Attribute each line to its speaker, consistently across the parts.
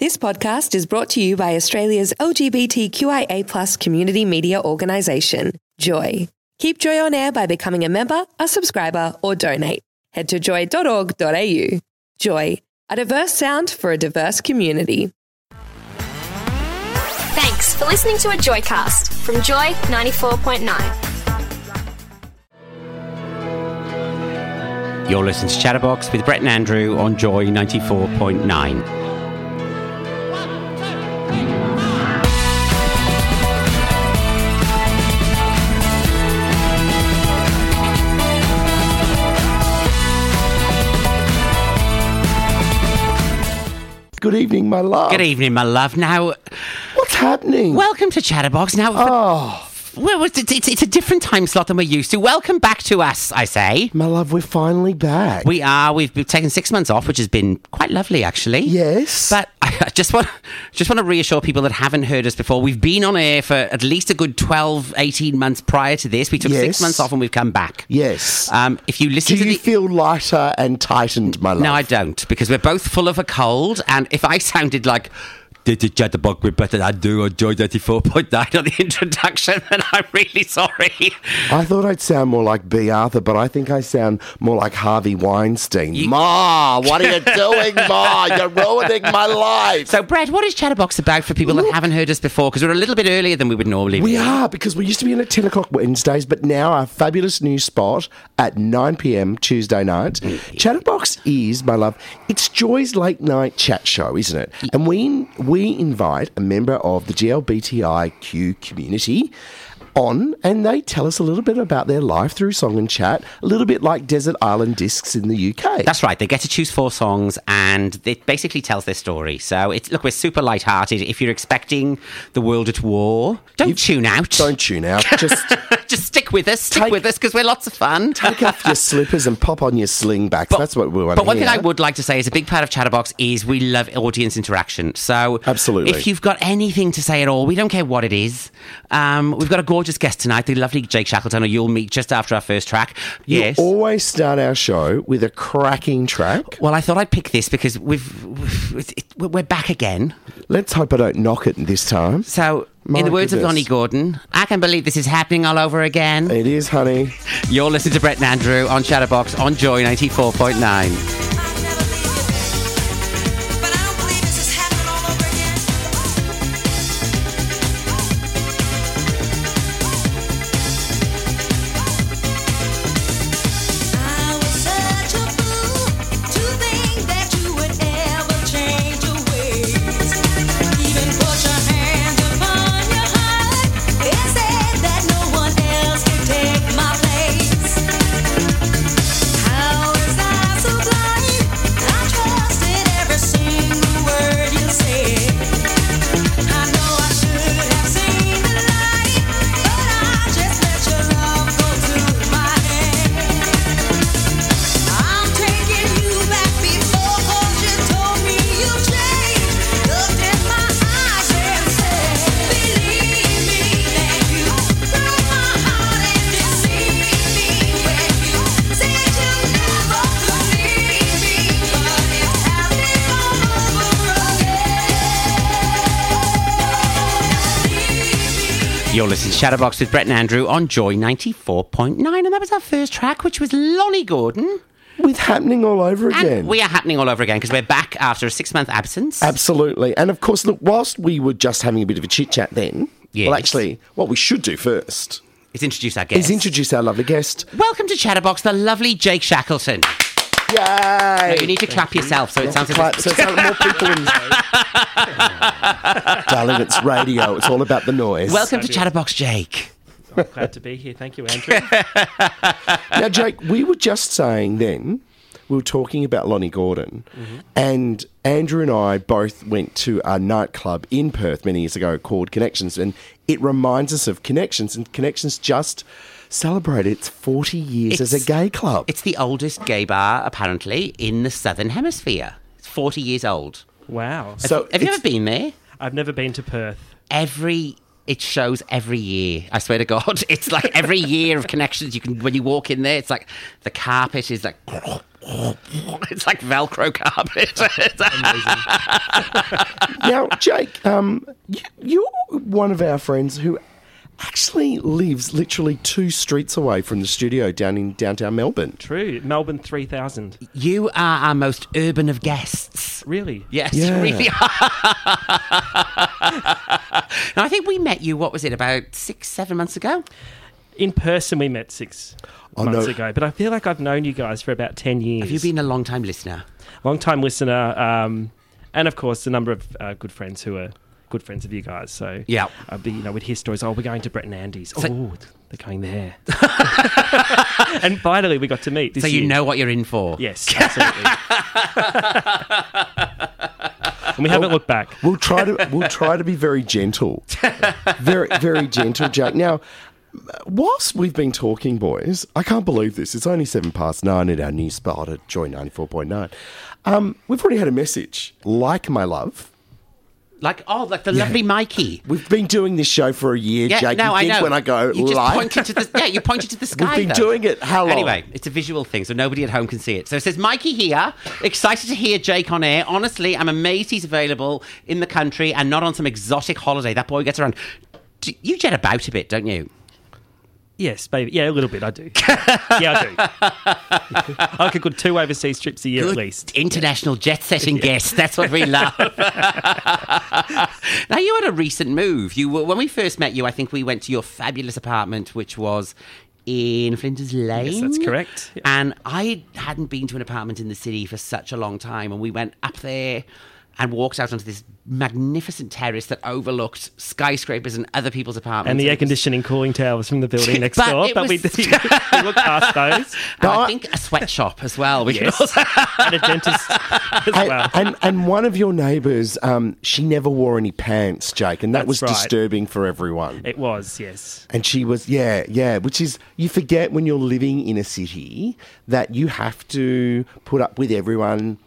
Speaker 1: This podcast is brought to you by Australia's LGBTQIA community media organisation, Joy. Keep Joy on air by becoming a member, a subscriber, or donate. Head to joy.org.au. Joy, a diverse sound for a diverse community.
Speaker 2: Thanks for listening to a Joycast from Joy 94.9.
Speaker 3: You're listening to Chatterbox with Brett and Andrew on Joy 94.9.
Speaker 4: Good evening, my love.
Speaker 3: Good evening, my love. Now,
Speaker 4: What's happening?
Speaker 3: welcome to Chatterbox. Now, for-
Speaker 4: oh,
Speaker 3: well, it's, it's, it's a different time slot than we're used to. Welcome back to us, I say.
Speaker 4: my love, we're finally back.
Speaker 3: We are. We've been taken six months off, which has been quite lovely, actually.
Speaker 4: yes,
Speaker 3: But I just want just want to reassure people that haven't heard us before. We've been on air for at least a good 12, 18 months prior to this. We took six
Speaker 4: Yes.
Speaker 3: months off and we've come back.
Speaker 4: yes.
Speaker 3: Um, if you listen
Speaker 4: Do
Speaker 3: to
Speaker 4: you
Speaker 3: the
Speaker 4: feel lighter and tightened, my love?
Speaker 3: No, I don't, because we're both full of a cold. And if I sounded like did the chatterbox with better I do on Joy 94.9 on the introduction, then I'm really sorry.
Speaker 4: I thought I'd sound more like B. Arthur, but I think I sound more like Harvey Weinstein.
Speaker 3: You-
Speaker 4: Ma, what are you doing, Ma? You're ruining my life.
Speaker 3: So, Brad, what is Chatterbox about for people that haven't heard us before? Because we're a little bit earlier than we would normally
Speaker 4: we
Speaker 3: be.
Speaker 4: are because we used to be in at 10 o'clock Wednesdays, but now our fabulous new spot at 9 p.m. Tuesday night. Chatterbox is, my love, it's Joy's late night chat show, isn't it? And we we invite a member of the GLBTIQ community on and they tell us a little bit about their life through song and chat, a little bit like Desert Island Discs in the UK.
Speaker 3: That's right. They get to choose four songs, and it basically tells their story. So, it's, look, we're super lighthearted. If you're expecting the world at war, don't tune out.
Speaker 4: Don't tune out. Just
Speaker 3: Just stick with us. Stick
Speaker 4: Take-
Speaker 3: with us because we're lots of fun.
Speaker 4: take off your slippers and pop on your slingbacks. That's what we want
Speaker 3: But
Speaker 4: to
Speaker 3: one
Speaker 4: hear.
Speaker 3: thing I would like to say is a big part of Chatterbox is we love audience interaction. So
Speaker 4: Absolutely.
Speaker 3: if you've got anything to say at all, we don't care what it is. Um, we've got a gorgeous guest tonight, the lovely Jake Shackleton, who you'll meet just after our first track. yes.
Speaker 4: always start our show with a cracking track.
Speaker 3: well, I thought I'd pick this because we've, we've it, we're back again.
Speaker 4: Let's hope I don't knock it this time.
Speaker 3: So,
Speaker 4: My
Speaker 3: in the words of
Speaker 4: goodness.
Speaker 3: Lonnie Gordon, I can believe this is happening all over again.
Speaker 4: It is, honey.
Speaker 3: You're listening to Brett and Andrew on Chatterbox on Joy ninety four point nine.
Speaker 5: Take my place. How was I so blind? I trusted every single word you said. I know I should have seen the light, but I just let your love go to my head. I'm taking you back before 'cause you told me you changed. Looked in my eyes and said, "Believe me that you broke my heart and deceived me when you said you never could leave me, but it's happening all over again."
Speaker 3: You're listening to Shadowbox with Brett and Andrew on Joy 94.9. And that was our first track, which was Lonnie Gordon.
Speaker 4: With happening all over
Speaker 3: And
Speaker 4: again.
Speaker 3: we are happening all over again because we're back after a six month absence.
Speaker 4: Absolutely. And of course, look, whilst we were just having a bit of a chit chat then,
Speaker 3: Yes.
Speaker 4: well, actually, what we should do first
Speaker 3: It's introduced our guest.
Speaker 4: is introduce our lovely guest.
Speaker 3: Welcome to Chatterbox, the lovely Jake Shackleton.
Speaker 4: Yay!
Speaker 3: No, you need to clap yourself so it sounds as
Speaker 4: Clap,
Speaker 3: if
Speaker 4: so it's like more people in Darling, it's radio. It's all about the noise.
Speaker 3: Welcome to Chatterbox, Jake.
Speaker 6: Glad to be here. Thank you, Andrew.
Speaker 4: Now, Jake, we were just saying then, we were talking about Lonnie Gordon, and Andrew and I both went to a nightclub in Perth many years ago called Connections, and it reminds us of Connections, and Connections just celebrated its 40 years as
Speaker 3: It's-
Speaker 4: a gay club.
Speaker 3: It's the oldest gay bar, apparently, in the Southern Hemisphere. It's 40 years old.
Speaker 6: wow.
Speaker 4: so
Speaker 3: Have you
Speaker 4: Oh, it's-
Speaker 3: ever been there?
Speaker 6: I've never been to Perth.
Speaker 3: Every It shows every year. I swear to God, it's like every year of connections. You can when you walk in there, it's like the carpet is like it's like Velcro carpet.
Speaker 4: Now, Jake, um, y- you're one of our friends who actually lives literally two streets away from the studio down in downtown Melbourne.
Speaker 6: True. Melbourne 3000.
Speaker 3: you are our most urban of guests.
Speaker 6: Really?
Speaker 3: Yes,
Speaker 4: Yeah.
Speaker 3: really. now, I think we met you. What was it about six, seven months ago?
Speaker 6: In person, we met six
Speaker 4: Oh,
Speaker 6: months
Speaker 4: no.
Speaker 6: ago, but I feel like I've known you guys for about 10 years.
Speaker 3: Have you been a long time listener?
Speaker 6: Long time listener. Um, and of course, a number of uh, good friends who are good friends of you guys. So,
Speaker 3: Yeah.
Speaker 6: I'd be, you know, we'd hear stories. Oh, we're going to Brett and Andy's. oh, they're going there. and finally, we got to meet. This
Speaker 3: So you
Speaker 6: year.
Speaker 3: know what you're in for.
Speaker 6: Yes, absolutely. and we haven't looked back.
Speaker 4: We'll try to we'll try to be very gentle, very very gentle, Jake. Now, whilst we've been talking, boys, I can't believe this. It's only seven past nine at our new spot at Joy ninety four point nine. Um, we've already had a message. Like my love,
Speaker 3: Like oh, like the lovely Mikey.
Speaker 4: we've been doing this show for a year,
Speaker 3: Yeah,
Speaker 4: Jake.
Speaker 3: no,
Speaker 4: you
Speaker 3: I
Speaker 4: think
Speaker 3: know.
Speaker 4: when I go
Speaker 3: you just
Speaker 4: like
Speaker 3: pointed to the yeah, you pointed to the sky.
Speaker 4: been
Speaker 3: though.
Speaker 4: doing it how long?
Speaker 3: Anyway, it's a visual thing, so nobody at home can see it. So it says Mikey here, excited to hear Jake on air. Honestly, I'm amazed he's available in the country and not on some exotic holiday. That boy gets around. Do- You jet about a bit, don't you?
Speaker 6: Yes, baby. Yeah, a little bit. I do. yeah, I do. I like a good two overseas trips a year at
Speaker 3: Good
Speaker 6: least.
Speaker 3: International jet setting guests. That's what we love. now, you had a recent move. You were, When we first met you, I think we went to your fabulous apartment, which was in Flinders Lane.
Speaker 6: Yes, that's correct. Yeah.
Speaker 3: And I hadn't been to an apartment in the city for such a long time. And we went up there and walked out onto this magnificent terrace that overlooked skyscrapers and other people's apartments.
Speaker 6: And the air
Speaker 3: it was-
Speaker 6: conditioning cooling towers from the building next
Speaker 3: But
Speaker 6: door.
Speaker 3: it
Speaker 6: But we,
Speaker 3: was-
Speaker 6: we looked past those.
Speaker 3: and I
Speaker 4: But-
Speaker 3: think a sweatshop as well. We can
Speaker 6: Yes.
Speaker 3: also-
Speaker 6: And a dentist as well.
Speaker 4: and, and and one of your neighbours, um, she never wore any pants, Jake, and that
Speaker 6: That's
Speaker 4: was
Speaker 6: right.
Speaker 4: disturbing for everyone.
Speaker 6: It was, yes.
Speaker 4: And she was, yeah, yeah, which is you forget when you're living in a city that you have to put up with everyone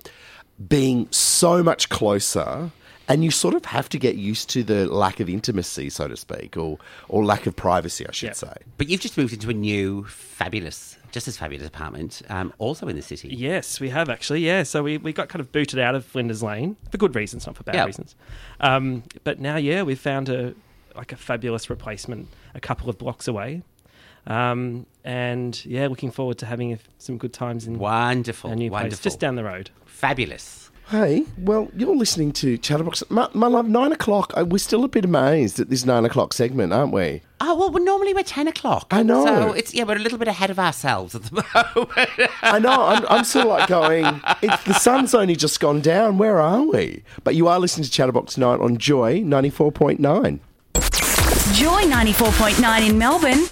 Speaker 4: being so much closer. And you sort of have to get used to the lack of intimacy, so to speak, or, or lack of privacy, I should
Speaker 6: Yep.
Speaker 4: say.
Speaker 3: But you've just moved into a new, fabulous, just as fabulous apartment, um, also in the city.
Speaker 6: Yes, we have actually. Yeah, so we, we got kind of booted out of Flinders Lane for good reasons, not for bad
Speaker 3: Yeah.
Speaker 6: reasons. Um, but now, yeah, we've found a like a fabulous replacement a couple of blocks away, um, and yeah, looking forward to having a- some good times in
Speaker 3: Wonderful,
Speaker 6: a new place
Speaker 3: wonderful,
Speaker 6: just down the road.
Speaker 3: fabulous.
Speaker 4: Hey, well, you're listening to Chatterbox. My, my love, nine o'clock. uh, We're still a bit amazed at this nine o'clock segment, aren't we?
Speaker 3: Oh well, well, normally we're ten o'clock.
Speaker 4: I know.
Speaker 3: So it's yeah, we're a little bit ahead of ourselves at the moment.
Speaker 4: I know. I'm, I'm sort of like going, it's, the sun's only just gone down. Where are we? But you are listening to Chatterbox tonight on Joy 94.9.
Speaker 2: Joy 94.9 in Melbourne,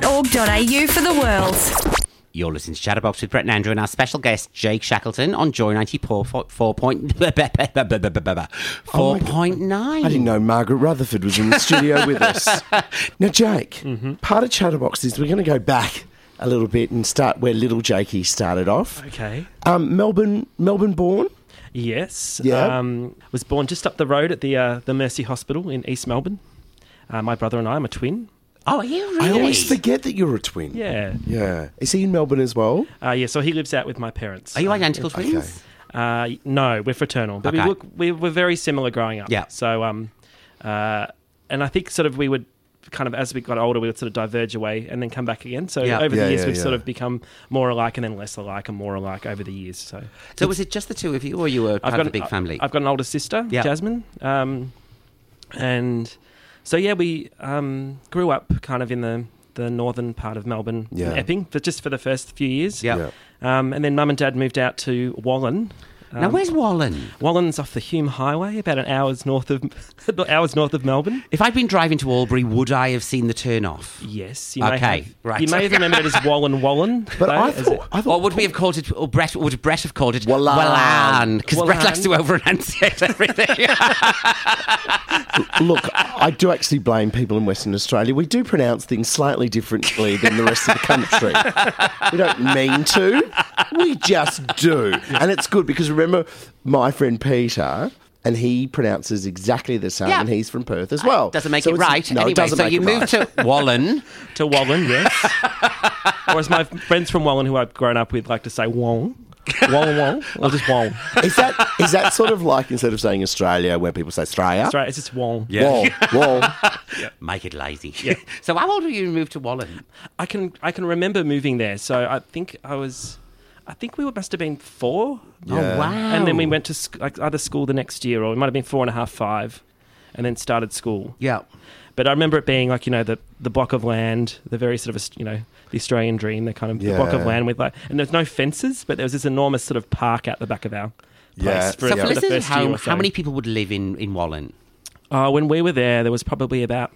Speaker 2: joy.org.au for the world.
Speaker 3: You're listening to Chatterbox with Brett and Andrew and our special guest Jake Shackleton on Joy ninety four four point
Speaker 6: Oh
Speaker 3: four point
Speaker 4: I didn't
Speaker 3: nine.
Speaker 4: know Margaret Rutherford was in the studio with us. Now, Jake,
Speaker 6: Mm-hmm.
Speaker 4: part of Chatterbox is we're going to go back a little bit and start where little Jakey started off.
Speaker 6: Okay.
Speaker 4: Um, Melbourne, Melbourne born.
Speaker 6: Yes.
Speaker 4: Yeah.
Speaker 6: Um, was born just up the road at the uh, the Mercy Hospital in East Melbourne. Uh, my brother and I, I'm a twin.
Speaker 3: Oh, are you really?
Speaker 4: I always forget that you're a twin.
Speaker 6: Yeah.
Speaker 4: Yeah. Is he in Melbourne as well?
Speaker 6: Uh, yeah. So he lives out with my parents.
Speaker 3: Are you identical twins?
Speaker 6: Uh, no, we're fraternal, but
Speaker 3: Okay.
Speaker 6: we look we were very similar growing up.
Speaker 3: Yeah.
Speaker 6: So um, uh, and I think sort of we would kind of as we got older we would sort of diverge away and then come back again. So
Speaker 3: Yeah.
Speaker 6: over
Speaker 4: Yeah,
Speaker 6: the years
Speaker 4: yeah,
Speaker 6: we've sort
Speaker 4: yeah.
Speaker 6: of become more alike and then less alike and more alike over the years. So
Speaker 3: So was it just the two of you, or you were part of a big family?
Speaker 6: I've got an older sister,
Speaker 3: Yeah.
Speaker 6: Jasmine. Um, and so yeah, we um, grew up kind of in the the northern part of Melbourne, in
Speaker 4: Yeah.
Speaker 6: Epping, but just for the first few years.
Speaker 3: Yeah. Yeah.
Speaker 6: Um, and then mum and dad moved out to Wallen.
Speaker 3: now where's Wallen?
Speaker 6: Wallen's off the Hume Highway, about an hour's north of hours north of Melbourne.
Speaker 3: If I'd been driving to Albury, would I have seen the turn off?
Speaker 6: Yes, you may
Speaker 3: Okay,
Speaker 6: have,
Speaker 3: right.
Speaker 6: You may have remembered it as Wallen Wallen,
Speaker 4: But
Speaker 6: though,
Speaker 4: I
Speaker 6: as
Speaker 4: thought, I
Speaker 3: Or
Speaker 4: thought
Speaker 3: would we have called it, or Brett, would Brett have called it
Speaker 4: Wallan.
Speaker 3: Wallan? Because Brett
Speaker 6: Wallan.
Speaker 3: likes to overenunciate everything.
Speaker 4: Look, I do actually blame people in Western Australia. We do pronounce things slightly differently than the rest of the country. we don't mean to, we just do. And it's good because remember, my friend Peter and he pronounces exactly the same,
Speaker 3: Yeah.
Speaker 4: and he's from Perth as well.
Speaker 3: Doesn't make
Speaker 4: So
Speaker 3: it
Speaker 4: it's-
Speaker 3: right.
Speaker 4: No,
Speaker 3: anyway,
Speaker 4: it doesn't
Speaker 3: so
Speaker 4: make
Speaker 3: you
Speaker 4: it
Speaker 3: move
Speaker 4: right.
Speaker 3: to Wallen.
Speaker 6: to Wallen, yes. or as my friends from Wallen who I've grown up with like to say, Wong. Wong Wong. Or just Wong.
Speaker 4: Is that is that sort of like instead of saying Australia, where people say Australia?
Speaker 6: That's right. It's just Wong.
Speaker 3: Yeah.
Speaker 4: Wall, wall.
Speaker 3: Make it lazy. so how old were you when you moved to Wallen?
Speaker 6: I can I can remember moving there. So I think I was, I think we must have been four.
Speaker 4: Yeah.
Speaker 3: Oh, wow.
Speaker 6: And then we went to sc- like either school the next year, or it might have been four and a half, five, and then started school.
Speaker 3: Yeah.
Speaker 6: But I remember it being like you know the the block of land, the very sort of Aus- you know the Australian dream, the kind of the block of
Speaker 4: Yeah.
Speaker 6: land with like, and there's no fences, but there was this enormous sort of park out the back of our. Place
Speaker 4: Yeah.
Speaker 3: So
Speaker 4: So
Speaker 6: for, for
Speaker 3: for
Speaker 6: the
Speaker 3: listeners at
Speaker 6: first year
Speaker 3: home,
Speaker 6: or so.
Speaker 3: how many people would live in, in Wallen?
Speaker 6: Uh, when we were there, there was probably about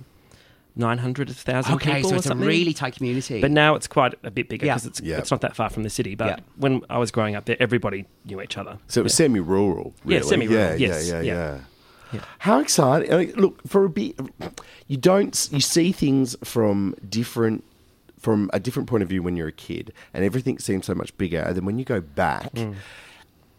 Speaker 6: 900,000
Speaker 3: Okay,
Speaker 6: people
Speaker 3: so
Speaker 6: or
Speaker 3: it's a
Speaker 6: something.
Speaker 3: really tight community.
Speaker 6: But now it's quite a bit bigger
Speaker 3: Yeah.
Speaker 6: because it's,
Speaker 4: Yeah.
Speaker 6: it's not that far from the city. But
Speaker 3: Yeah.
Speaker 6: when I was growing up there, everybody knew each other.
Speaker 4: So it was semi-rural.
Speaker 6: Yeah,
Speaker 4: Really.
Speaker 6: semi-rural,
Speaker 4: Yeah,
Speaker 6: yes,
Speaker 4: yeah, yeah,
Speaker 6: yeah.
Speaker 4: yeah. How exciting! I mean, Look for a bit. You don't. You see things from different, from a different point of view when you're a kid, and everything seems so much bigger. And then when you go back,
Speaker 6: Mm.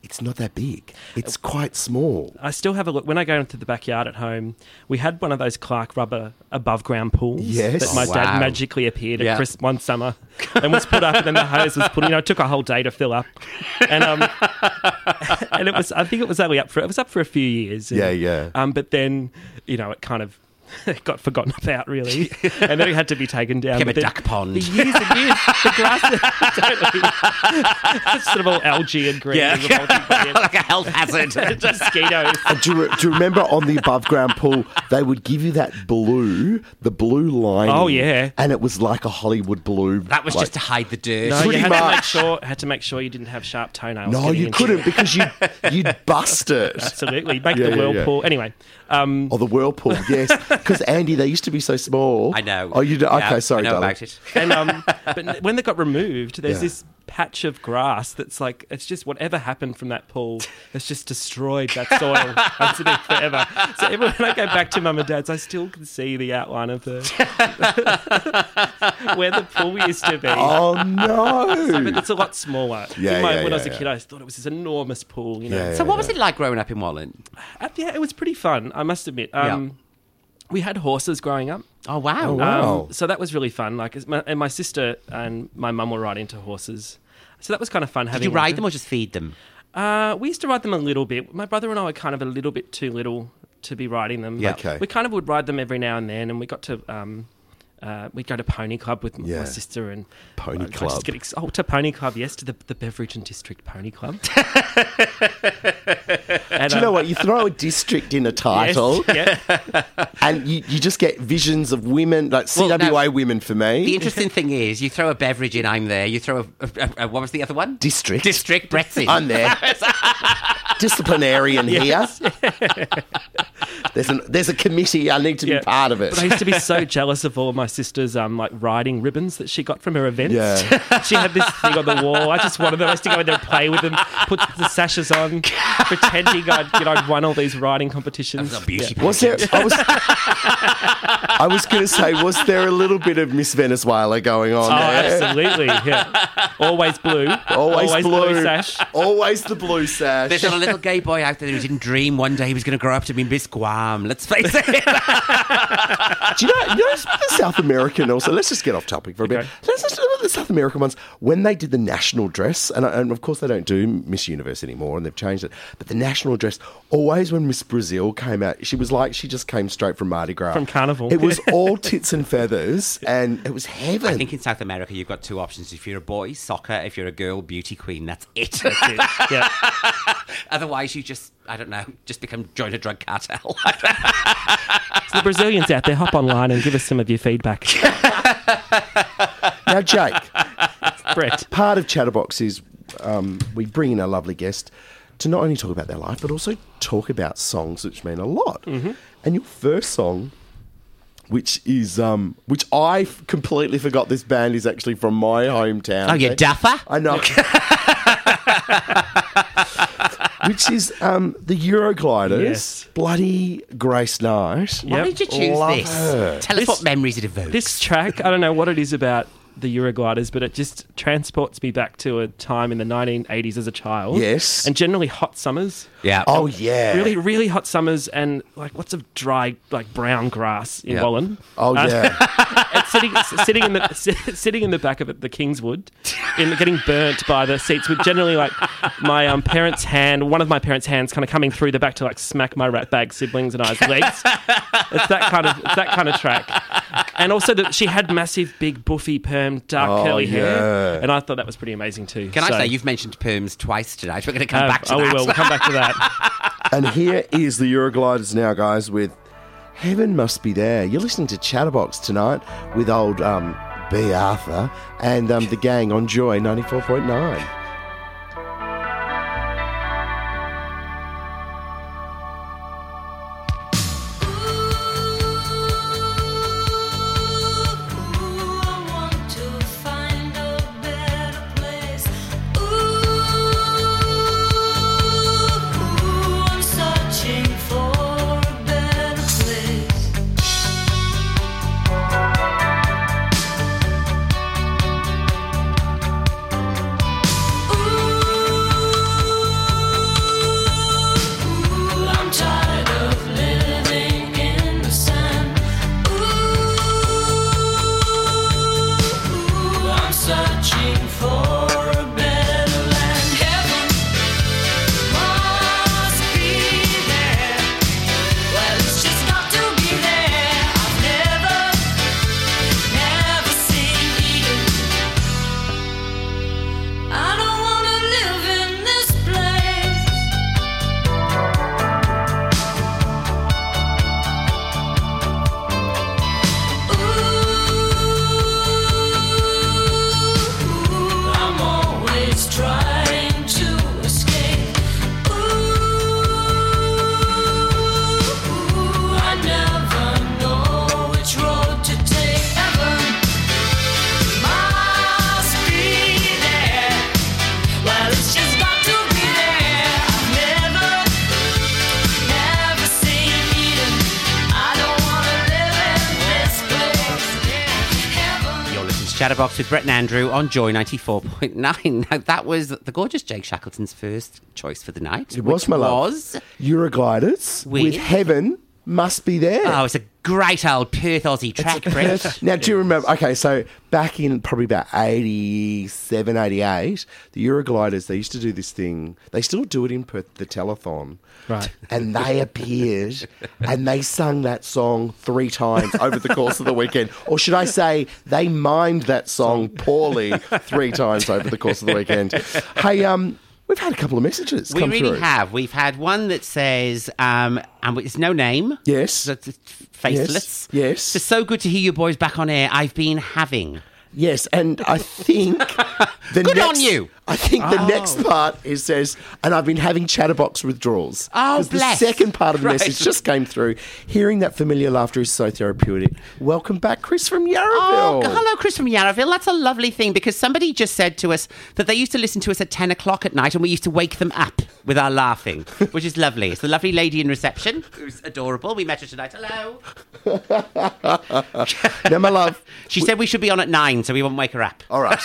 Speaker 4: it's not that big. It's
Speaker 6: Uh,
Speaker 4: quite small.
Speaker 6: I still have a look. When I go into the backyard at home, we had one of those Clark rubber above ground pools
Speaker 4: Yes.
Speaker 6: that my
Speaker 3: Oh, wow.
Speaker 6: dad magically appeared
Speaker 3: Yeah.
Speaker 6: at Chris one summer and was put up, and then the hose was put. You know, it took a whole day to fill up, and um, and it was. I think it was only up for it was up for a few years. and,
Speaker 4: Yeah, yeah.
Speaker 6: Um, but then you know it kind of. It got forgotten about, really, and then it had to be taken down.
Speaker 3: Became
Speaker 6: But
Speaker 3: a
Speaker 6: then
Speaker 3: duck pond.
Speaker 6: The years and years, the grass, totally, it's sort of all algae and green.
Speaker 3: Yeah.
Speaker 6: and revolting by it.
Speaker 3: like a health hazard.
Speaker 6: mosquitoes.
Speaker 4: do, you, re- do you remember on the above ground pool they would give you that blue, the blue line?
Speaker 6: Oh, yeah.
Speaker 4: and it was like a Hollywood blue.
Speaker 3: that was
Speaker 4: like-
Speaker 3: just to hide the dirt.
Speaker 6: No,
Speaker 4: Pretty
Speaker 6: Oh, you had to make
Speaker 4: much.
Speaker 6: sure had to make sure you didn't have sharp toenails.
Speaker 4: No,
Speaker 6: getting
Speaker 4: you
Speaker 6: into
Speaker 4: couldn't
Speaker 6: it.
Speaker 4: because you you'd bust it.
Speaker 6: Absolutely, make
Speaker 4: Yeah,
Speaker 6: the
Speaker 4: yeah, yeah.
Speaker 6: whirlpool. Anyway, um,
Speaker 4: Or Oh, the whirlpool, yes. Because Andy, they used to be so small.
Speaker 3: I know.
Speaker 4: Oh, you do?
Speaker 3: Yeah,
Speaker 4: Okay, sorry,
Speaker 3: I know
Speaker 4: darling.
Speaker 3: about it.
Speaker 6: and um, but n- when they got removed, there's
Speaker 4: Yeah.
Speaker 6: this patch of grass that's like it's just whatever happened from that pool has just destroyed that soil that's in it forever. So even when I go back to mum and dad's, I still can see the outline of the where the pool used to be.
Speaker 4: Oh no!
Speaker 6: But it's a lot smaller.
Speaker 4: Yeah,
Speaker 6: In my-
Speaker 4: yeah,
Speaker 6: when I
Speaker 4: yeah,
Speaker 6: was a
Speaker 4: yeah.
Speaker 6: kid, I thought it was this enormous pool. You know,
Speaker 4: Yeah,
Speaker 3: So what was it like growing up in Wallen?
Speaker 6: Uh, yeah, it was pretty fun. I must admit. Um,
Speaker 3: Yeah.
Speaker 6: We had horses growing up,
Speaker 3: Oh wow.
Speaker 4: wow. Oh.
Speaker 6: um, so that was really fun. Like, it's my, and my sister and my mum were riding into horses, so that was kind of fun.
Speaker 3: Did you
Speaker 6: having like
Speaker 3: ride
Speaker 6: a-
Speaker 3: them or just feed them?
Speaker 6: Uh, we used to ride them a little bit. My brother and I were kind of a little bit too little to be riding them.
Speaker 3: Yeah.
Speaker 6: Like,
Speaker 4: Okay.
Speaker 6: We kind of would ride them every now and then, and we got to. Um, uh, we'd go to Pony Club with m-
Speaker 4: Yeah.
Speaker 6: my sister and
Speaker 4: Pony
Speaker 6: I just
Speaker 4: Club.
Speaker 6: get ex- oh, to Pony Club, yes, to the, the Beverage and District Pony Club. and, um,
Speaker 4: Do you know what? You throw a district in a title, and you, you just get visions of women, like
Speaker 3: Well,
Speaker 4: CWA
Speaker 3: no.
Speaker 4: women for me.
Speaker 3: The interesting thing is, you throw a beverage in, I'm there. You throw a, a, a- a- what was the other one?
Speaker 4: District.
Speaker 3: District Brett's in.
Speaker 4: I'm there. Disciplinarian here. there's an, there's a committee. I need to
Speaker 6: Yeah.
Speaker 4: be part of it.
Speaker 6: But I used to be so jealous of all my sister's um, like riding ribbons that she got from her events.
Speaker 4: Yeah.
Speaker 6: she had this thing on the wall. I just wanted them. I used to go in there and play with them, put the sashes on, pretending I'd you know I'd won all these riding competitions.
Speaker 3: That's a beauty pageant.
Speaker 4: Was there? I was. I was going to say, was there a little bit of Miss Venezuela going on?
Speaker 6: Oh,
Speaker 4: there?
Speaker 6: absolutely. Yeah. Always blue.
Speaker 4: Always, blue.
Speaker 6: sash.
Speaker 4: Always the blue sash.
Speaker 3: There's not a little gay boy out there who didn't dream one day he was going to grow up to be Miss Guam. Let's face it.
Speaker 4: Do you know, you know the South American also? Let's just get off topic for a bit.
Speaker 6: Okay.
Speaker 4: Let's just look at the South American ones. When they did the national dress, and, and of course they don't do Miss Universe anymore and they've changed it, but the national dress, always when Miss Brazil came out, she was like, she just came straight from Mardi Gras.
Speaker 6: From Carnival.
Speaker 4: It was all tits and feathers and it was heaven.
Speaker 3: I think in South America, you've got two options. If you're a boy, soccer. If you're a girl, beauty queen. That's it.
Speaker 6: Yeah.
Speaker 3: Otherwise, you just, I don't know, just become join a drug cartel.
Speaker 6: So the Brazilians out there, hop online and give us some of your feedback,
Speaker 4: now, Jake,
Speaker 6: Brett.
Speaker 4: part of Chatterbox is um, we bring in a lovely guest to not only talk about their life, but also talk about songs which mean a lot.
Speaker 6: Mm-hmm.
Speaker 4: And your first song, which is um, which I f- completely forgot this band is actually from my hometown.
Speaker 3: oh, you duffer.
Speaker 4: I know. which is um, the Eurogliders,
Speaker 6: Yes.
Speaker 4: bloody Grace Knight.
Speaker 3: Why
Speaker 6: Yep.
Speaker 3: did you choose
Speaker 4: Love
Speaker 3: this?
Speaker 4: her.
Speaker 3: Tell us
Speaker 6: This-
Speaker 3: what memories it evokes.
Speaker 6: This track, I don't know what it is about the Eurogliders, but it just transports me back to a time in the 1980s as a child.
Speaker 4: Yes.
Speaker 6: And generally hot summers.
Speaker 3: Yeah.
Speaker 4: Oh yeah.
Speaker 6: Really, really hot summers and like lots of dry, like brown grass in
Speaker 3: Yeah.
Speaker 6: Wallen.
Speaker 4: Oh
Speaker 6: Uh,
Speaker 4: yeah.
Speaker 6: and sitting, s- sitting in the si- sitting in the back of it, the Kingswood, in getting burnt by the seats. With generally like my um, parents' hand, one of my parents' hands, kind of coming through the back to like smack my rat bag siblings and I's legs. It's that kind of it's that kind of track. And also that she had massive, big, buffy, perm, dark
Speaker 4: Oh,
Speaker 6: curly hair,
Speaker 4: yeah.
Speaker 6: and I thought that was pretty amazing too.
Speaker 3: Can
Speaker 6: So-
Speaker 3: I say you've mentioned perms twice tonight? We're going to come
Speaker 6: Oh,
Speaker 3: back to
Speaker 6: oh,
Speaker 3: that.
Speaker 6: we will. We'll come back to that.
Speaker 4: and here is the Eurogliders now, guys. With heaven must be there. You're listening to Chatterbox tonight with old um, B Arthur and um, the gang on Joy ninety four point nine.
Speaker 7: I'm tired of living in the sun. Ooh, I'm searching for a better land. Heaven must be there. Well, it's just got to be there. I've never, never seen Eden. I don't wanna live in this place. I'm always trying to escape. Ooh, I never know which road to take. Heaven must be there. Well, it's just got to be there. I've never, never seen Eden. I don't wanna live in this place. Heaven.
Speaker 3: You're listening to Chatterbox with Brett and Andrew on Joy 94.9. Now, that was the gorgeous Jake Shackleton's first choice for the night.
Speaker 4: It was
Speaker 3: which
Speaker 4: my love.
Speaker 3: was-
Speaker 4: Eurogliders
Speaker 3: With-
Speaker 4: with, heaven must be there.
Speaker 3: Oh, it's a great old Perth Aussie track, Brett.
Speaker 4: Now, do you remember? Okay, so back in probably about 87, 88, the Eurogliders, they used to do this thing. They still do it in Perth, the telethon.
Speaker 6: Right.
Speaker 4: And they appeared and they sung that song three times over the course of the weekend. Or should I say, they mimed that song poorly three times over the course of the weekend. Hey, um, we've had a couple of messages
Speaker 3: We
Speaker 4: come
Speaker 3: really
Speaker 4: through.
Speaker 3: have. We've had one that says, um, and it's no name.
Speaker 4: Yes.
Speaker 3: So it's faceless.
Speaker 4: Yes. Yes.
Speaker 3: It's so good to hear you boys back on air. I've been having.
Speaker 4: Yes, and I think the
Speaker 3: Good on
Speaker 4: next,
Speaker 3: you. Oh.
Speaker 4: I think the next part is says, and I've been having chatterbox withdrawals.
Speaker 3: Oh,
Speaker 4: 'Cause
Speaker 3: bless.
Speaker 4: The second part of the
Speaker 3: Right.
Speaker 4: message just came through. Hearing that familiar laughter is so therapeutic. Welcome back, Chris from Yarraville.
Speaker 3: Oh, g- hello, Chris from Yarraville. That's a lovely thing because somebody just said to us that they used to listen to us at 10 o'clock at night and we used to wake them up with our laughing, which is lovely. It's the lovely lady in reception who's adorable. We met her tonight. Hello.
Speaker 4: Now, my love.
Speaker 3: She said we should be on at 9, so we won't wake her up.
Speaker 4: All right,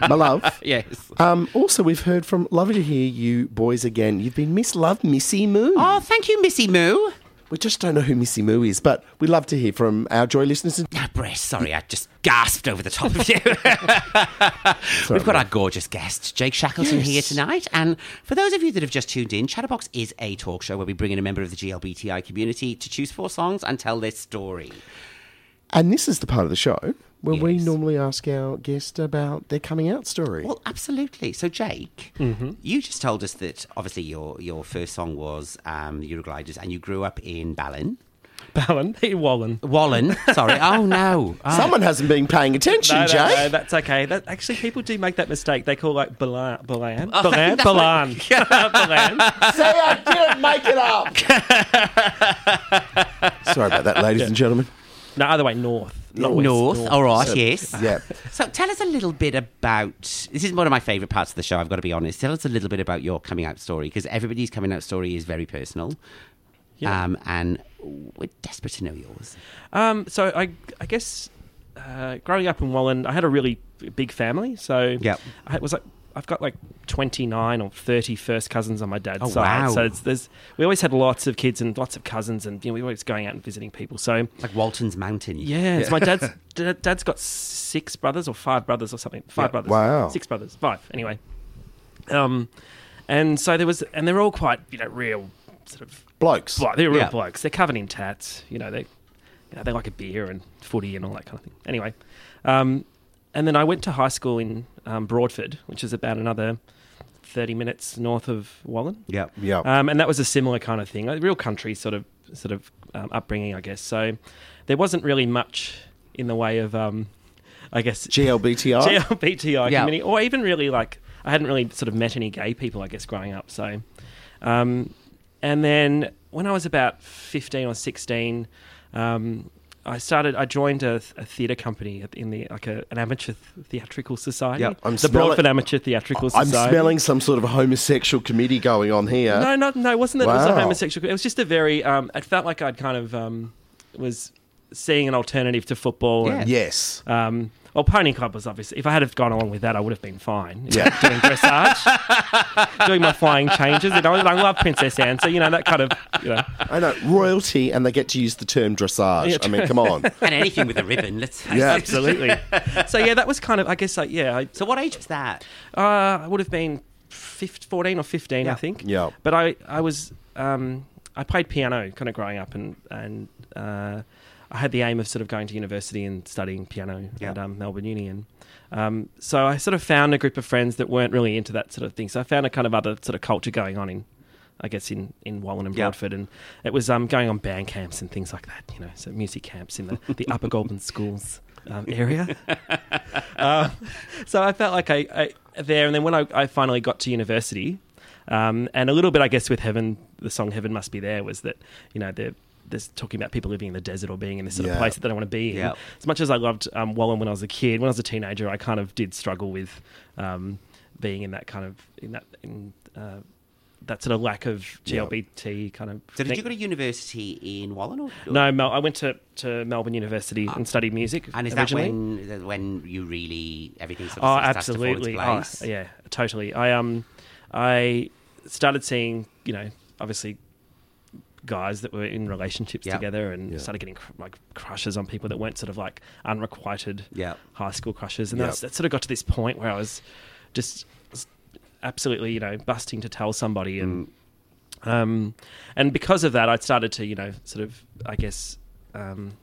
Speaker 4: my love.
Speaker 3: Yes.
Speaker 4: Um, also, we've heard from. Lovely to hear you boys again. You've been Miss Love, Missy Moo.
Speaker 3: Oh, thank you, Missy Moo.
Speaker 4: We just don't know who Missy Moo is, but we love to hear from our joy listeners.
Speaker 3: Ah, Brett, sorry, I just gasped over the top of you. We've got our gorgeous guest, Jake Shackleton, here tonight. And for those of you that have just tuned in, Chatterbox is a talk show where we bring in a member of the GLBTI community to choose four songs and tell their story.
Speaker 4: And this is the part of the show where we
Speaker 3: Yes.
Speaker 4: normally ask our guest about their coming out story.
Speaker 3: Well, absolutely. So, Jake, you just told us that obviously your, your first song was um, Eurogliders and you grew up in Ballin.
Speaker 6: Balin, hey, Wallen.
Speaker 3: Wallen, sorry. Oh, no. Ah.
Speaker 4: Someone hasn't been paying attention,
Speaker 6: No,
Speaker 4: Jay.
Speaker 6: no, no, that's okay. That, actually, people do make that mistake. They call like Balan, Balan,
Speaker 3: Oh,
Speaker 6: Balan,
Speaker 3: that's
Speaker 6: Balan, Balan.
Speaker 4: Say I didn't make it up. Sorry about that, ladies and gentlemen.
Speaker 6: No, other way, north. Not west,
Speaker 3: North, all right, yes.
Speaker 4: Yeah.
Speaker 3: So tell us a little bit about this is one of my favourite parts of the show, I've got to be honest. Tell us a little bit about your coming out story because everybody's coming out story is very personal. Um, and we're desperate to know yours.
Speaker 6: Um, so I, I guess uh, growing up in Wallen, I had a really big family, so
Speaker 3: Yep.
Speaker 6: I was like. I've got like 29 or 30 first cousins on my dad's
Speaker 3: Oh,
Speaker 6: side.
Speaker 3: wow.
Speaker 6: So it's, there's, we always had lots of kids and lots of cousins, and you know, we were always going out and visiting people. So
Speaker 3: Like Walton's Mountain.
Speaker 6: yeah, it's my dad's da- dad's got six brothers or five brothers or something. Five brothers.
Speaker 4: Wow.
Speaker 6: Six brothers. Five. Anyway. Um, and so there was, and they're all quite you know real sort of
Speaker 4: Blokes.
Speaker 6: blo- they're real
Speaker 3: Yeah.
Speaker 6: blokes. They're covered in tats. You know they, you know, they like a beer and footy and all that kind of thing. Anyway, um, and then I went to high school in um, Broadford, which is about another thirty minutes north of Wallen.
Speaker 3: Yep.
Speaker 4: Yeah.
Speaker 6: Um, and that was a similar kind of thing, a real country sort of sort of um, upbringing, I guess. So there wasn't really much in the way of, um, I guess,
Speaker 4: GLBTI.
Speaker 6: GLBTI
Speaker 3: Yeah.
Speaker 6: community, or even really like I hadn't really sort of met any gay people, I guess, growing up. So, um, and then when I was about fifteen or sixteen, um, I started. I joined a, a theatre company at- in the like a, an amateur th- theatrical society.
Speaker 3: Yep.
Speaker 4: I'm
Speaker 6: the
Speaker 4: smelling-
Speaker 6: Broadford Amateur Theatrical
Speaker 4: I'm
Speaker 6: Society.
Speaker 4: smelling some sort of homosexual committee going on here.
Speaker 6: No, not no. It wasn't that it was a
Speaker 4: Wow.
Speaker 6: homosexual. It was just a very. Um, it felt like I'd kind of um, was seeing an alternative to football. And,
Speaker 4: Yes.
Speaker 6: um, well, Pony Club was obviously. If I had have gone along with that, I would have been fine.
Speaker 4: Yeah.
Speaker 6: Doing dressage, doing my flying changes. And I, was- I love Princess Anne, so you know that kind of. You know,
Speaker 4: I know royalty, and they get to use the term dressage. I mean, come on.
Speaker 3: And anything with a ribbon, let's face
Speaker 4: Yeah,
Speaker 3: it.
Speaker 6: absolutely. so yeah, that was kind of. I guess like yeah, I,
Speaker 3: So what age was that?
Speaker 6: Uh, I would have been fif- 14 or 15, I
Speaker 3: Yeah.
Speaker 6: think.
Speaker 4: Yeah.
Speaker 6: But I, I was, um, I played piano kind of growing up and, and, uh, I had the aim of sort of going to university and studying piano
Speaker 3: Yeah.
Speaker 6: at um, Melbourne Uni. And um, so I sort of found a group of friends that weren't really into that sort of thing. So I found a kind of other sort of culture going on in, I guess, in, in Wallen and
Speaker 3: Yeah.
Speaker 6: Broadford. And it was um, going on band camps and things like that, you know, so music camps in the, the upper Goulburn schools um, area. So I felt like I, I there, and then when I, I finally got to university, um, and a little bit, I guess, with heaven, the song "Heaven Must Be There" was that you know they're, they're talking about people living in the desert or being in this sort
Speaker 4: Yeah.
Speaker 6: of place that they don't want to be in.
Speaker 3: Yeah.
Speaker 6: As much as I loved um, Wallen when I was a kid, when I was a teenager, I kind of did struggle with um, being in that kind of in that in, uh, that sort of lack of GLBT kind of.
Speaker 3: So did
Speaker 6: thing.
Speaker 3: you go to university in Wallen? Or, or-
Speaker 6: No, Mel, I went to, to Melbourne University and studied music.
Speaker 3: Ah. And is that
Speaker 6: originally.
Speaker 3: when that- when you really everything sort of
Speaker 6: Oh,
Speaker 3: starts
Speaker 6: absolutely.
Speaker 3: to
Speaker 6: Oh,
Speaker 3: fall into place?
Speaker 6: yeah, totally. I um, I started seeing, you know, obviously guys that were in relationships
Speaker 3: Yeah.
Speaker 6: together and started getting cr- like crushes on people that weren't sort of like unrequited
Speaker 3: Yeah.
Speaker 6: high school crushes. And
Speaker 4: Yeah.
Speaker 6: that's, that sort of got to this point where I was just s- absolutely, you know, busting to tell somebody and
Speaker 3: Mm.
Speaker 6: um, and because of that, I started to, you know, sort of, I guess, um,